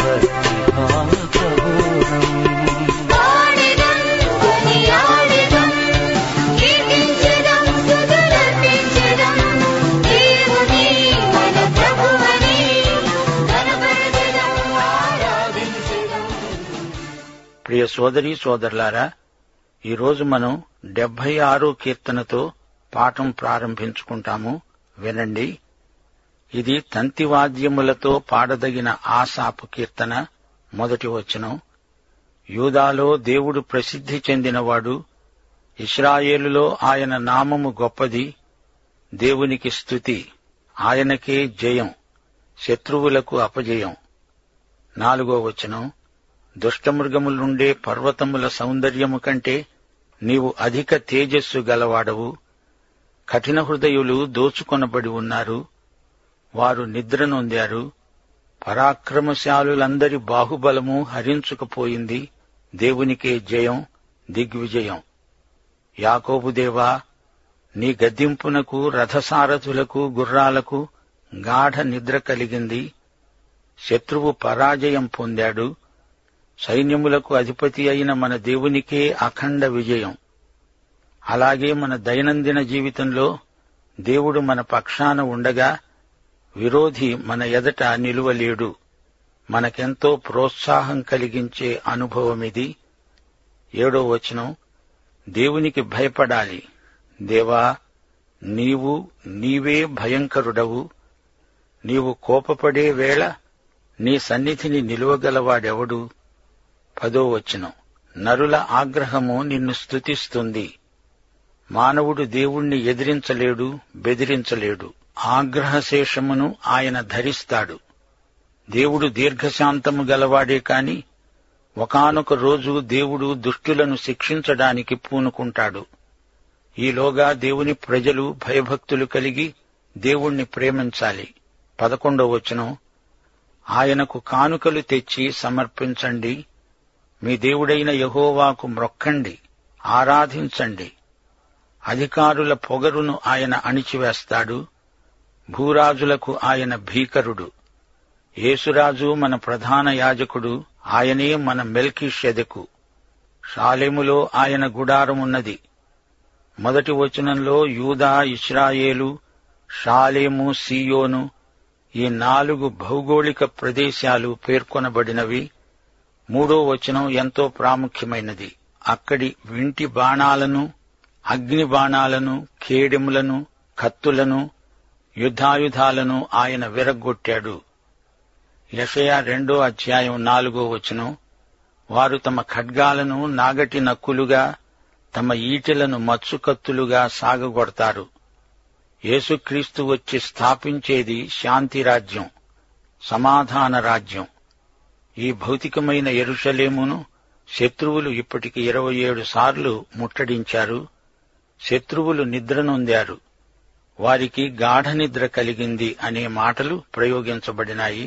భక్తిభావబోధం ప్రియ సోదరి సోదరులారా ఈరోజు మనం డెబ్బై ఆరో కీర్తనతో పాఠం ప్రారంభించుకుంటాము వినండి ఇది తంతివాద్యములతో పాడదగిన ఆసాపు కీర్తన మొదటి వచనం యూదాలో దేవుడు ప్రసిద్ధి చెందినవాడు ఇస్రాయేలులో ఆయన నామము గొప్పది దేవునికి స్తుతి ఆయనకే జయం శత్రువులకు అపజయం నాలుగో వచనం దుష్టమృగముల నుండే పర్వతముల సౌందర్యము కంటే నీవు అధిక తేజస్సు గలవాడవు కఠిన హృదయులు దోచుకొనబడి ఉన్నారు వారు నిద్రనొందారు పరాక్రమశాలులందరి బాహుబలము హరించుకుపోయింది దేవునికే జయం దిగ్విజయం యాకోబు దేవా నీ గద్దింపునకు రథసారథులకు గుర్రాలకు గాఢ నిద్ర కలిగింది శత్రువు పరాజయం పొందాడు సైన్యములకు అధిపతి అయిన మన దేవునికే అఖండ విజయం అలాగే మన దైనందిన జీవితంలో దేవుడు మన పక్షాన ఉండగా విరోధి మన ఎదట నిలువలేడు మనకెంతో ప్రోత్సాహం కలిగించే అనుభవమిది ఏడో వచనం దేవునికి భయపడాలి దేవా నీవు నీవే భయంకరుడవు నీవు కోపపడే వేళ నీ సన్నిధిని నిలువగలవాడెవడు పదో వచనం నరుల ఆగ్రహము నిన్ను స్తుతిస్తుంది మానవుడు దేవుణ్ణి ఎదిరించలేడు బెదిరించలేడు ఆగ్రహశేషమును ఆయన ధరిస్తాడు దేవుడు దీర్ఘశాంతము గలవాడే కాని ఒకానొక రోజు దేవుడు దుష్టులను శిక్షించడానికి పూనుకుంటాడు ఈలోగా దేవుని ప్రజలు భయభక్తులు కలిగి దేవుణ్ణి ప్రేమించాలి పదకొండవ వచనం ఆయనకు కానుకలు తెచ్చి సమర్పించండి మీ దేవుడైన యహోవాకు మ్రొక్కండి ఆరాధించండి అధికారుల పొగరును ఆయన అణిచివేస్తాడు భూరాజులకు ఆయన భీకరుడు యేసురాజు మన ప్రధాన యాజకుడు ఆయనే మన మెల్కీషెదకు షాలెములో ఆయన గుడారమున్నది మొదటి వచనంలో యూదా ఇస్రాయేలు షాలేము సియోను ఈ నాలుగు భౌగోళిక ప్రదేశాలు పేర్కొనబడినవి మూడో వచనం ఎంతో ప్రాముఖ్యమైనది అక్కడి వింటి బాణాలను అగ్ని బాణాలను కేడెములను కత్తులను యుద్ధాయుధాలను ఆయన విరగ్గొట్టాడు యషయ రెండో అధ్యాయం నాలుగో వచనం వారు తమ ఖడ్గాలను నాగటి నక్కులుగా తమ ఈటెలను మత్సుకత్తులుగా సాగగొడతారు యేసుక్రీస్తు వచ్చి స్థాపించేది శాంతి రాజ్యం సమాధాన రాజ్యం ఈ భౌతికమైన ఎరుషలేమును శత్రువులు ఇప్పటికి ఇరవై ఏడు సార్లు ముట్టడించారు శత్రువులు నిద్రనొందారు వారికి గాఢ నిద్ర కలిగింది అనే మాటలు ప్రయోగించబడినాయి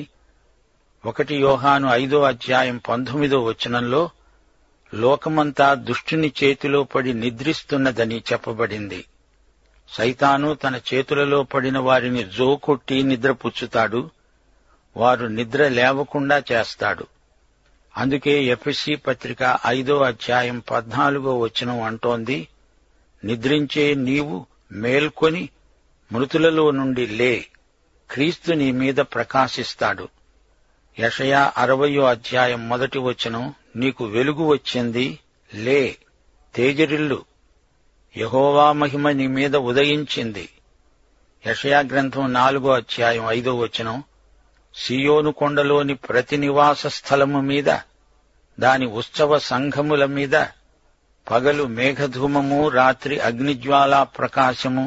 ఒకటి యోహాను ఐదో అధ్యాయం పంతొమ్మిదో వచనంలో లోకమంతా దుష్టుని చేతిలో పడి నిద్రిస్తున్నదని చెప్పబడింది సైతాను తన చేతులలో పడిన వారిని జోకొట్టి నిద్రపుచ్చుతాడు వారు నిద్ర లేవకుండా చేస్తాడు అందుకే ఎఫ్ఎస్సి పత్రిక ఐదో అధ్యాయం పద్నాలుగో వచనం అంటోంది నిద్రించే నీవు మేల్కొని మృతులలో నుండి లే క్రీస్తు నీ మీద ప్రకాశిస్తాడు యషయా అరవయో అధ్యాయం మొదటి వచనం నీకు వెలుగు వచ్చింది లే తేజరిల్లు యహోవా మహిమ నీ మీద ఉదయించింది యషయా గ్రంథం నాలుగో అధ్యాయం ఐదో వచనం సియోను కొండలోని ప్రతి నివాస స్థలము మీద దాని ఉత్సవ సంఘముల మీద పగలు మేఘధూమము రాత్రి అగ్నిజ్వాలా ప్రకాశము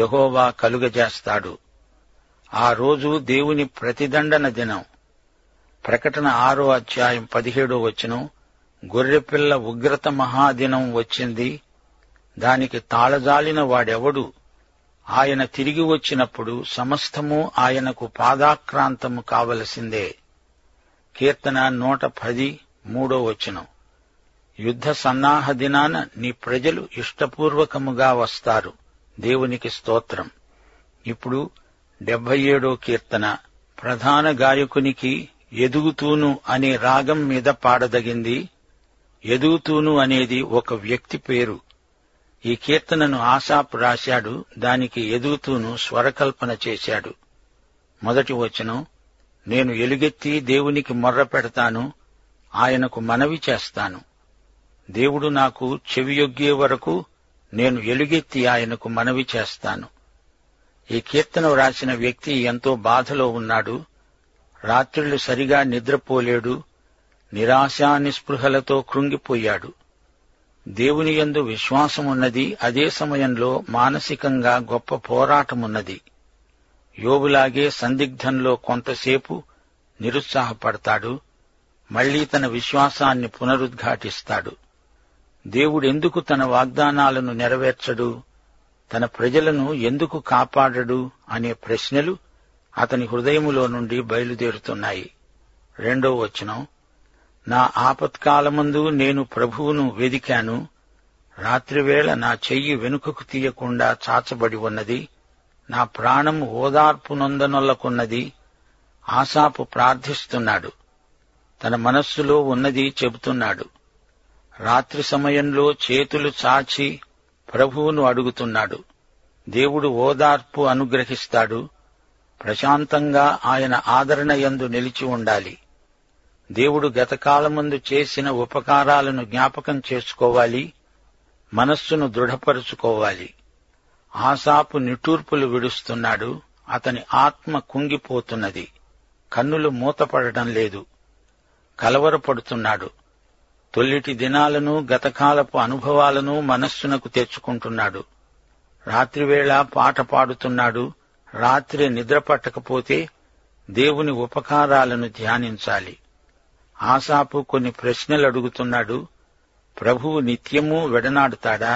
యహోవా కలుగజేస్తాడు ఆ రోజు దేవుని ప్రతిదండన దినం ప్రకటన ఆరో అధ్యాయం పదిహేడో వచనం గొర్రెపిల్ల ఉగ్రత మహాదినం వచ్చింది దానికి తాళజాలిన వాడెవడు ఆయన తిరిగి వచ్చినప్పుడు సమస్తము ఆయనకు పాదాక్రాంతము కావలసిందే కీర్తన నూట పది మూడో వచనం యుద్ధ సన్నాహ దినాన నీ ప్రజలు ఇష్టపూర్వకముగా వస్తారు దేవునికి స్తోత్రం ఇప్పుడు డెబ్బై ఏడో కీర్తన ప్రధాన గాయకునికి ఎదుగుతూను అనే రాగం మీద పాడదగింది ఎదుగుతూను అనేది ఒక వ్యక్తి పేరు ఈ కీర్తనను ఆసాప్ రాశాడు దానికి ఎదుగుతూను స్వరకల్పన చేశాడు మొదటి వచనం నేను ఎలుగెత్తి దేవునికి మొర్ర పెడతాను ఆయనకు మనవి చేస్తాను దేవుడు నాకు చెవియొగ్గే వరకు నేను ఎలుగెత్తి ఆయనకు మనవి చేస్తాను ఈ కీర్తన వ్రాసిన వ్యక్తి ఎంతో బాధలో ఉన్నాడు రాత్రిళ్ళు సరిగా నిద్రపోలేడు నిరాశా నిస్పృహలతో కృంగిపోయాడు దేవుని యందు విశ్వాసమున్నది అదే సమయంలో మానసికంగా గొప్ప పోరాటమున్నది యోబులాగే సందిగ్ధంలో కొంతసేపు నిరుత్సాహపడతాడు మళ్లీ తన విశ్వాసాన్ని పునరుద్ఘాటిస్తాడు దేవుడెందుకు తన వాగ్దానాలను నెరవేర్చడు తన ప్రజలను ఎందుకు కాపాడడు అనే ప్రశ్నలు అతని హృదయములో నుండి బయలుదేరుతున్నాయి రెండో వచనం నా ఆపత్కాలమందు నేను ప్రభువును వెదికాను రాత్రివేళ నా చెయ్యి వెనుకకు తీయకుండా చాచబడి ఉన్నది నా ప్రాణం ఓదార్పు నొందనొల్లకున్నది ఆశాపు ప్రార్థిస్తున్నాడు తన మనస్సులో ఉన్నది చెబుతున్నాడు రాత్రి సమయంలో చేతులు చాచి ప్రభువును అడుగుతున్నాడు దేవుడు ఓదార్పు అనుగ్రహిస్తాడు ప్రశాంతంగా ఆయన ఆదరణ యందు నిలిచి ఉండాలి దేవుడు గతకాలముందు చేసిన ఉపకారాలను జ్ఞాపకం చేసుకోవాలి మనస్సును దృఢపరుచుకోవాలి ఆసాపు నిట్టూర్పులు విడుస్తున్నాడు అతని ఆత్మ కుంగిపోతున్నది కన్నులు మూతపడటం లేదు కలవరపడుతున్నాడు తొల్లిటి దినాలను గతకాలపు అనుభవాలను మనస్సునకు తెచ్చుకుంటున్నాడు రాత్రివేళ పాట పాడుతున్నాడు రాత్రి నిద్ర పట్టకపోతే దేవుని ఉపకారాలను ధ్యానించాలి ఆసాపు కొన్ని ప్రశ్నలు అడుగుతున్నాడు ప్రభువు నిత్యము వెడనాడుతాడా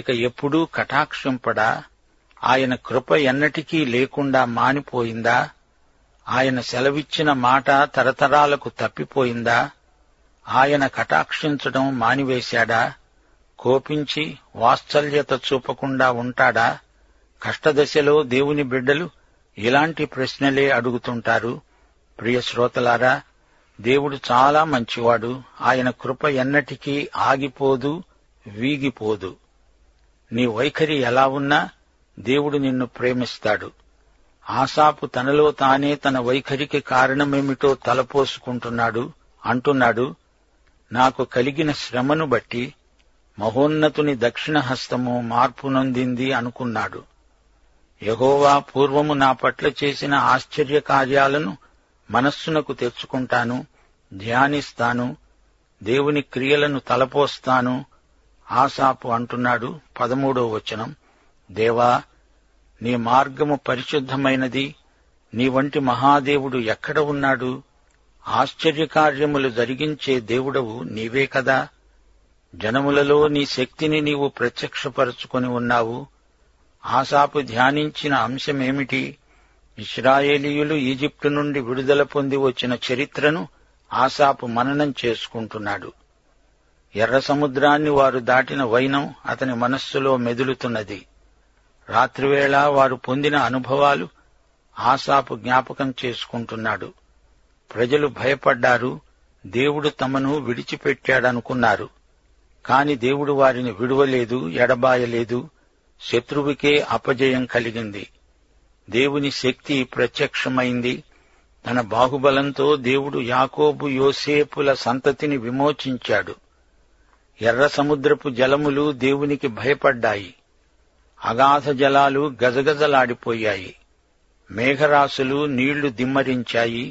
ఇక ఎప్పుడూ కటాక్షింపడా ఆయన కృప ఎన్నటికీ లేకుండా మానిపోయిందా ఆయన సెలవిచ్చిన మాట తరతరాలకు తప్పిపోయిందా ఆయన కటాక్షించడం మానివేశాడా కోపించి వాత్సల్యత చూపకుండా ఉంటాడా కష్టదశలో దేవుని బిడ్డలు ఇలాంటి ప్రశ్నలే అడుగుతుంటారు ప్రియ శ్రోతలారా దేవుడు చాలా మంచివాడు ఆయన కృప ఎన్నటికీ ఆగిపోదు వీగిపోదు నీ వైఖరి ఎలా ఉన్నా దేవుడు నిన్ను ప్రేమిస్తాడు ఆసాపు తనలో తానే తన వైఖరికి కారణమేమిటో తలపోసుకుంటున్నాడు అంటున్నాడు నాకు కలిగిన శ్రమను బట్టి మహోన్నతుని దక్షిణ హస్తము మార్పు నొందింది అనుకున్నాడు యహోవా పూర్వము నా పట్ల చేసిన ఆశ్చర్య కార్యాలను మనస్సునకు తెచ్చుకుంటాను ధ్యానిస్తాను దేవుని క్రియలను తలపోస్తాను ఆసాపు అంటున్నాడు పదమూడో వచనం దేవా నీ మార్గము పరిశుద్ధమైనది నీ వంటి మహాదేవుడు ఎక్కడ ఉన్నాడు ఆశ్చర్యకార్యములు జరిగించే దేవుడవు నీవే కదా జనములలో నీ శక్తిని నీవు ప్రత్యక్షపరచుకొని ఉన్నావు ఆసాపు ధ్యానించిన అంశమేమిటి ఇస్రాయేలీయులు ఈజిప్టు నుండి విడుదల పొంది వచ్చిన చరిత్రను ఆసాపు మననం చేసుకుంటున్నాడు ఎర్ర సముద్రాన్ని వారు దాటిన వైనం అతని మనస్సులో మెదులుతున్నది రాత్రివేళ వారు పొందిన అనుభవాలు ఆసాపు జ్ఞాపకం చేసుకుంటున్నాడు ప్రజలు భయపడ్డారు దేవుడు తమను విడిచిపెట్టాడనుకున్నారు కాని దేవుడు వారిని విడువలేదు ఎడబాయలేదు శత్రువుకే అపజయం కలిగింది దేవుని శక్తి ప్రత్యక్షమైంది తన బాహుబలంతో దేవుడు యాకోబు యోసేపుల సంతతిని విమోచించాడు ఎర్ర సముద్రపు జలములు దేవునికి భయపడ్డాయి అగాధ జలాలు గజగజలాడిపోయాయి మేఘరాశులు నీళ్లు దిమ్మరించాయి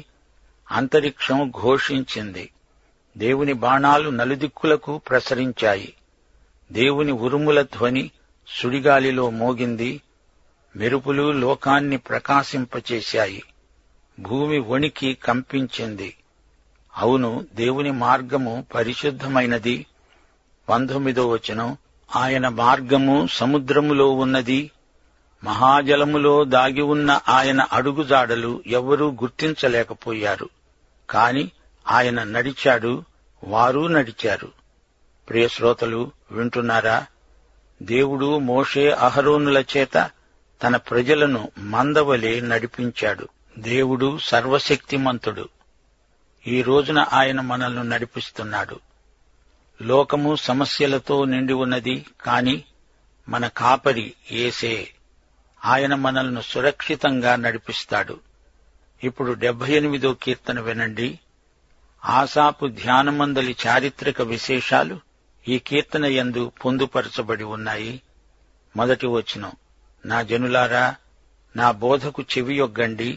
అంతరిక్షం ఘోషించింది దేవుని బాణాలు నలుదిక్కులకు ప్రసరించాయి దేవుని ఉరుముల ధ్వని సుడిగాలిలో మోగింది మెరుపులు లోకాన్ని ప్రకాశింపచేశాయి భూమి వణికి కంపించింది అవును దేవుని మార్గము పరిశుద్ధమైనది పంతొమ్మిదో వచనం ఆయన మార్గము సముద్రములో ఉన్నది మహాజలములో దాగి ఉన్న ఆయన అడుగుజాడలు ఎవ్వరూ గుర్తించలేకపోయారు కాని ఆయన నడిచాడు వారు నడిచారు ప్రియ శ్రోతలు వింటున్నారా దేవుడు మోషే అహరోనుల చేత తన ప్రజలను మందవలే నడిపించాడు దేవుడు సర్వశక్తిమంతుడు ఈ రోజున ఆయన మనల్ని నడిపిస్తున్నాడు లోకము సమస్యలతో నిండి ఉన్నది కాని మన కాపరి ఏసే ఆయన మనల్ని సురక్షితంగా నడిపిస్తాడు ఇప్పుడు డెబ్బై ఎనిమిదో కీర్తన వినండి ఆసాపు ధ్యానమందలి చారిత్రక విశేషాలు ఈ కీర్తన యందు పొందుపరచబడి ఉన్నాయి మొదటి వచనం నా జనులారా నా బోధకు చెవియొగ్గండి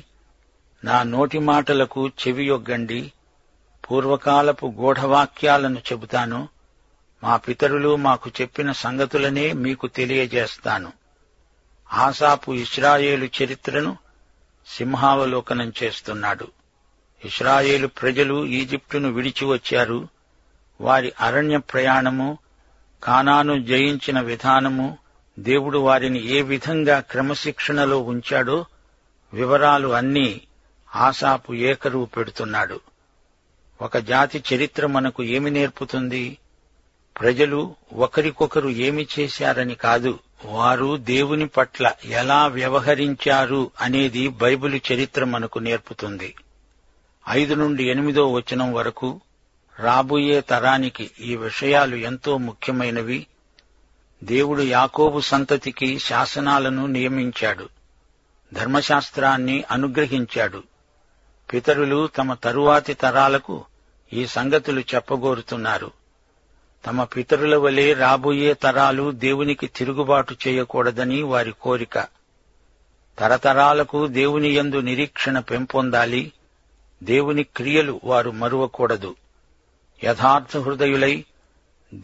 నా నోటి మాటలకు చెవియొగ్గండి పూర్వకాలపు గూఢవాక్యాలను చెబుతాను మా పితరులు మాకు చెప్పిన సంగతులనే మీకు తెలియజేస్తాను ఆసాపు ఇస్రాయేలు చరిత్రను సింహావలోకనం చేస్తున్నాడు ఇస్రాయేలు ప్రజలు ఈజిప్టును విడిచి వచ్చారు వారి అరణ్య ప్రయాణము కానాను జయించిన విధానము దేవుడు వారిని ఏ విధంగా క్రమశిక్షణలో ఉంచాడో వివరాలు అన్నీ ఆసాపు ఏకరువు పెడుతున్నాడు ఒక జాతి చరిత్ర మనకు ఏమి నేర్పుతుంది ప్రజలు ఒకరికొకరు ఏమి చేశారని కాదు వారు దేవుని పట్ల ఎలా వ్యవహరించారు అనేది బైబిలు చరిత్ర మనకు నేర్పుతుంది ఐదు నుండి ఎనిమిదో వచనం వరకు రాబోయే తరానికి ఈ విషయాలు ఎంతో ముఖ్యమైనవి దేవుడు యాకోబు సంతతికి శాసనాలను నియమించాడు ధర్మశాస్త్రాన్ని అనుగ్రహించాడు పితరులు తమ తరువాతి తరాలకు ఈ సంగతులు చెప్పగోరుతున్నారు తమ పితరుల వలె రాబోయే తరాలు దేవునికి తిరుగుబాటు చేయకూడదని వారి కోరిక తరతరాలకు దేవుని యందు నిరీక్షణ పెంపొందాలి దేవుని క్రియలు వారు మరువకూడదు యథార్థ హృదయులై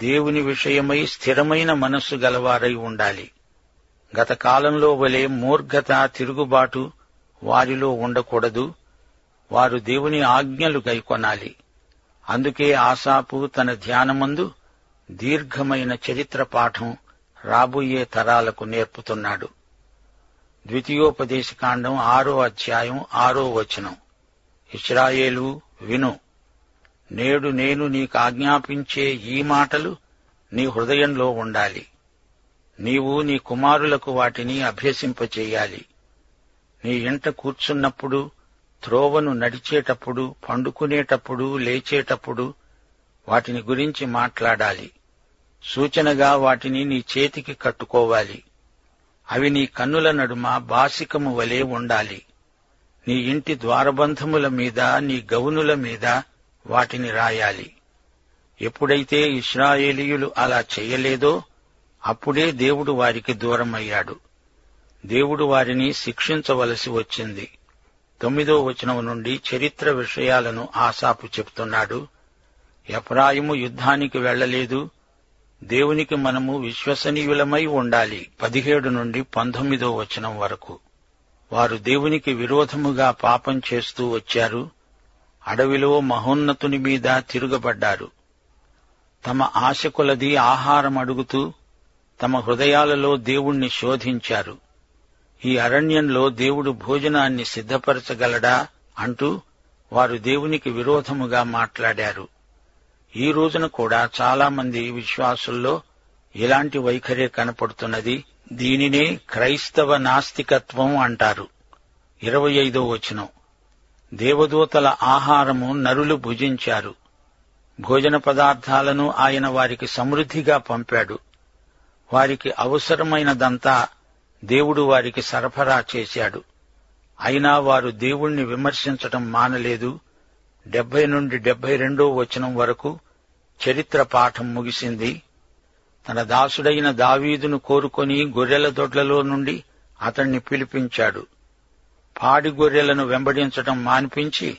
దేవుని విషయమై స్థిరమైన మనస్సు గలవారై ఉండాలి గత కాలంలో వలె మూర్ఘత తిరుగుబాటు వారిలో ఉండకూడదు వారు దేవుని ఆజ్ఞలు గైకొనాలి అందుకే ఆసాపు తన ధ్యానమందు దీర్ఘమైన చరిత్ర పాఠం రాబోయే తరాలకు నేర్పుతున్నాడు ద్వితీయోపదేశకాండం ఆరో అధ్యాయం ఆరో వచనం ఇస్రాయేలు విను నేడు నేను నీకు ఆజ్ఞాపించే ఈ మాటలు నీ హృదయంలో ఉండాలి నీవు నీ కుమారులకు వాటిని అభ్యసింపచేయాలి నీ ఇంట కూర్చున్నప్పుడు త్రోవను నడిచేటప్పుడు పండుకునేటప్పుడు లేచేటప్పుడు వాటిని గురించి మాట్లాడాలి సూచనగా వాటిని నీ చేతికి కట్టుకోవాలి అవి నీ కన్నుల నడుమ బాసికము వలె ఉండాలి నీ ఇంటి ద్వారబంధముల మీద నీ గౌనుల మీద వాటిని రాయాలి ఎప్పుడైతే ఇస్రాయేలీయులు అలా చేయలేదో అప్పుడే దేవుడు వారికి దూరమయ్యాడు దేవుడు వారిని శిక్షించవలసి వచ్చింది తొమ్మిదో వచనం నుండి చరిత్ర విషయాలను ఆసాపు చెప్తున్నాడు ఎఫ్రాయిము యుద్ధానికి వెళ్ళలేదు దేవునికి మనము విశ్వసనీయులమై ఉండాలి పదిహేడు నుండి పంతొమ్మిదో వచనం వరకు వారు దేవునికి విరోధముగా పాపం చేస్తూ వచ్చారు అడవిలో మహోన్నతుని మీద తిరుగబడ్డారు తమ ఆశ కొలది ఆహారం అడుగుతూ తమ హృదయాలలో దేవుణ్ణి శోధించారు ఈ అరణ్యంలో దేవుడు భోజనాన్ని సిద్ధపరచగలడా అంటూ వారు దేవునికి విరోధముగా మాట్లాడారు ఈ రోజున కూడా చాలా మంది విశ్వాసుల్లో ఇలాంటి వైఖరే కనపడుతున్నది దీనినే క్రైస్తవ నాస్తికత్వం అంటారు ఇరవై ఐదో వచనం దేవదూతల ఆహారము నరులు భుజించారు భోజన పదార్థాలను ఆయన వారికి సమృద్ధిగా పంపాడు వారికి అవసరమైనదంతా దేవుడు వారికి సరఫరా చేశాడు అయినా వారు దేవుణ్ణి విమర్శించటం మానలేదు డెబ్బై నుండి డెబ్బై రెండో వచనం వరకు చరిత్ర పాఠం ముగిసింది తన దాసుడైన దావీదును కోరుకొని గొర్రెల దొడ్లలో నుండి అతణ్ణి పిలిపించాడు పాడి గొర్రెలను వెంబడించటం మాన్పించి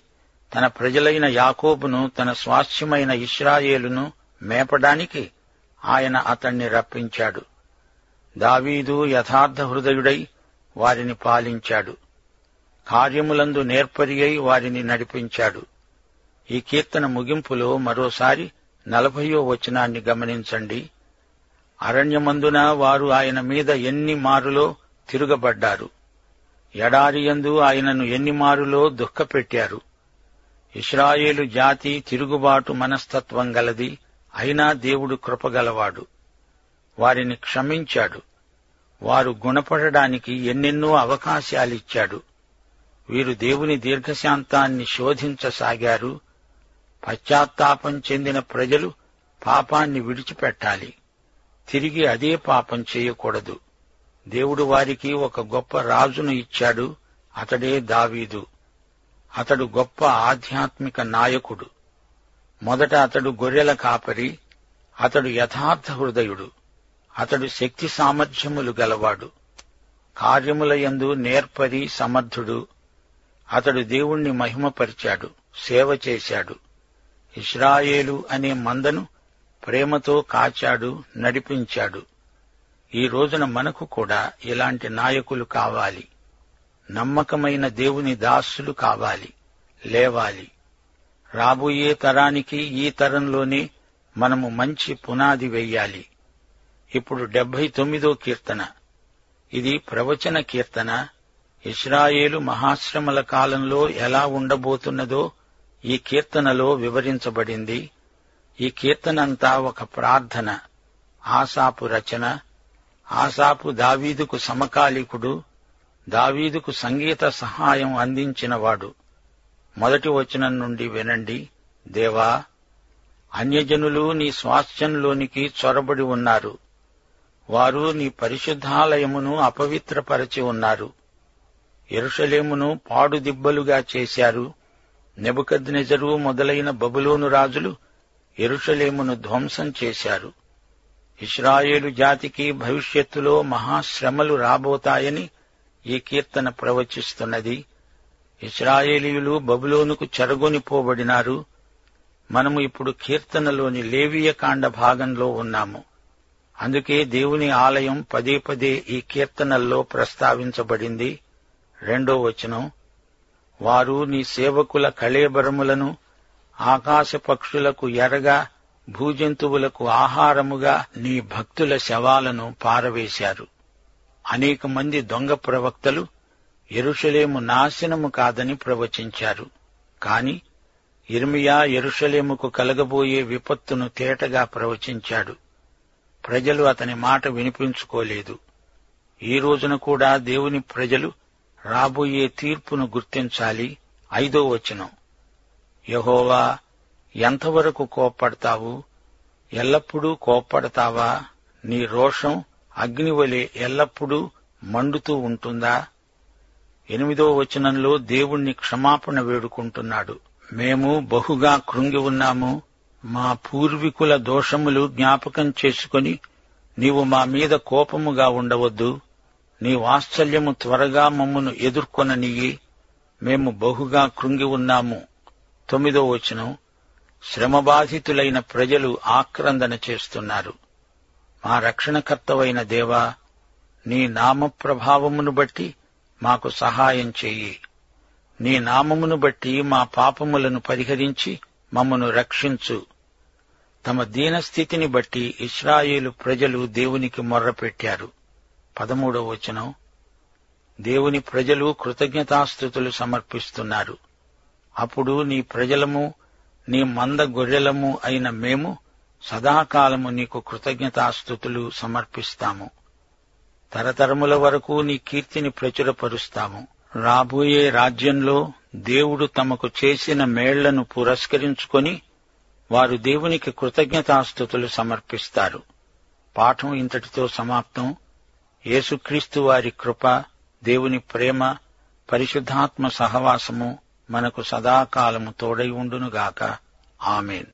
తన ప్రజలైన యాకోబును తన స్వాస్థ్యమైన ఇస్రాయేలును మేపడానికి ఆయన అతణ్ణి రప్పించాడు దావీదు యథార్థ హృదయుడై వారిని పాలించాడు కార్యములందు నేర్పరి అయి వారిని నడిపించాడు ఈ కీర్తన ముగింపులో మరోసారి నలభయో వచనాన్ని గమనించండి అరణ్యమందున వారు ఆయన మీద ఎన్ని మారులో తిరుగబడ్డారు ఎడారియందు ఆయనను ఎన్నిమారులో దుఃఖపెట్టారు ఇస్రాయేలు జాతి తిరుగుబాటు మనస్తత్వం గలది అయినా దేవుడు కృపగలవాడు వారిని క్షమించాడు వారు గుణపడడానికి ఎన్నెన్నో అవకాశాలిచ్చాడు వీరు దేవుని దీర్ఘశాంతాన్ని శోధించసాగారు పశ్చాత్తాపం చెందిన ప్రజలు పాపాన్ని విడిచిపెట్టాలి తిరిగి అదే పాపం చేయకూడదు దేవుడు వారికి ఒక గొప్ప రాజును ఇచ్చాడు అతడే దావీదు అతడు గొప్ప ఆధ్యాత్మిక నాయకుడు మొదట అతడు గొర్రెల కాపరి అతడు యథార్థ హృదయుడు అతడు శక్తి సామర్థ్యములు గలవాడు కార్యములయందు నేర్పరి సమర్థుడు అతడు దేవుణ్ణి మహిమపరిచాడు సేవ చేశాడు ఇస్రాయేలు అనే మందను ప్రేమతో కాచాడు నడిపించాడు ఈ రోజున మనకు కూడా ఇలాంటి నాయకులు కావాలి నమ్మకమైన దేవుని దాసులు కావాలి లేవాలి రాబోయే తరానికి ఈ తరంలోనే మనము మంచి పునాది వెయ్యాలి ఇప్పుడు డెబ్బై తొమ్మిదో కీర్తన ఇది ప్రవచన కీర్తన ఇస్రాయేలు మహాశ్రమల కాలంలో ఎలా ఉండబోతున్నదో ఈ కీర్తనలో వివరించబడింది ఈ కీర్తనంతా ఒక ప్రార్థన ఆసాపు రచన ఆసాపు దావీదుకు సమకాలీకుడు దావీదుకు సంగీత సహాయం అందించినవాడు మొదటి వచనం నుండి వినండి దేవా అన్యజనులు నీ స్వాస్థ్యంలోనికి చొరబడి ఉన్నారు వారు నీ పరిశుద్ధాలయమును అపవిత్రపరచి ఉన్నారు ఎరుషలేమును పాడుదిబ్బలుగా చేశారు నెబుకద్నెజరు మొదలైన బబులోను రాజులు ఎరుషలేమును ధ్వంసం చేశారు ఇస్రాయేలు జాతికి భవిష్యత్తులో మహాశ్రమలు రాబోతాయని ఈ కీర్తన ప్రవచిస్తున్నది ఇస్రాయేలీయులు బబులోనుకు చెరగొనిపోబడినారు మనము ఇప్పుడు కీర్తనలోని లేవీయ కాండ భాగంలో ఉన్నాము అందుకే దేవుని ఆలయం పదే పదే ఈ కీర్తనల్లో ప్రస్తావించబడింది రెండో వచనం వారు నీ సేవకుల కళేబరములను ఆకాశ పక్షులకు ఎరగా భూజంతువులకు ఆహారముగా నీ భక్తుల శవాలను పారవేశారు అనేక మంది దొంగ ప్రవక్తలు ఎరుషలేము నాశనము కాదని ప్రవచించారు కాని ఇర్మియా ఎరుషలేముకు కలగబోయే విపత్తును తేటగా ప్రవచించాడు ప్రజలు అతని మాట వినిపించుకోలేదు ఈ రోజున కూడా దేవుని ప్రజలు రాబోయే తీర్పును గుర్తించాలి ఐదో వచనం యహోవా ఎంతవరకు కోప్పడతావు ఎల్లప్పుడూ కోప్పడతావా నీ రోషం అగ్నివలె ఎల్లప్పుడూ మండుతూ ఉంటుందా ఎనిమిదో వచనంలో దేవుణ్ణి క్షమాపణ వేడుకుంటున్నాడు మేము బహుగా కృంగి ఉన్నాము మా పూర్వీకుల దోషములు జ్ఞాపకం చేసుకొని నీవు మా మీద కోపముగా ఉండవద్దు నీ వాత్సల్యము త్వరగా మమ్మను ఎదుర్కొననియ్యి మేము బహుగా కృంగి ఉన్నాము తొమ్మిదో వచనం శ్రమబాధితులైన ప్రజలు ఆక్రందన చేస్తున్నారు మా రక్షణకర్తవైన దేవా నీ నామ ప్రభావమును బట్టి మాకు సహాయం చెయ్యి నీ నామమును బట్టి మా పాపములను పరిహరించి మమ్మను రక్షించు తమ దీనస్థితిని బట్టి ఇస్రాయేలు ప్రజలు దేవునికి మొర్రపెట్టారు పదమూడవ వచనం దేవుని ప్రజలు కృతజ్ఞతాస్థుతులు సమర్పిస్తున్నారు అప్పుడు నీ ప్రజలము నీ మంద గొర్రెలము అయిన మేము సదాకాలము నీకు కృతజ్ఞతాస్థుతులు సమర్పిస్తాము తరతరముల వరకు నీ కీర్తిని ప్రచురపరుస్తాము రాబోయే రాజ్యంలో దేవుడు తమకు చేసిన మేళ్లను పురస్కరించుకొని వారు దేవునికి కృతజ్ఞతాస్థుతులు సమర్పిస్తారు పాఠం ఇంతటితో సమాప్తం యేసుక్రీస్తు వారి కృప దేవుని ప్రేమ పరిశుద్ధాత్మ సహవాసము మనకు సదాకాలము తోడై ఉండునుగాక ఆమెన్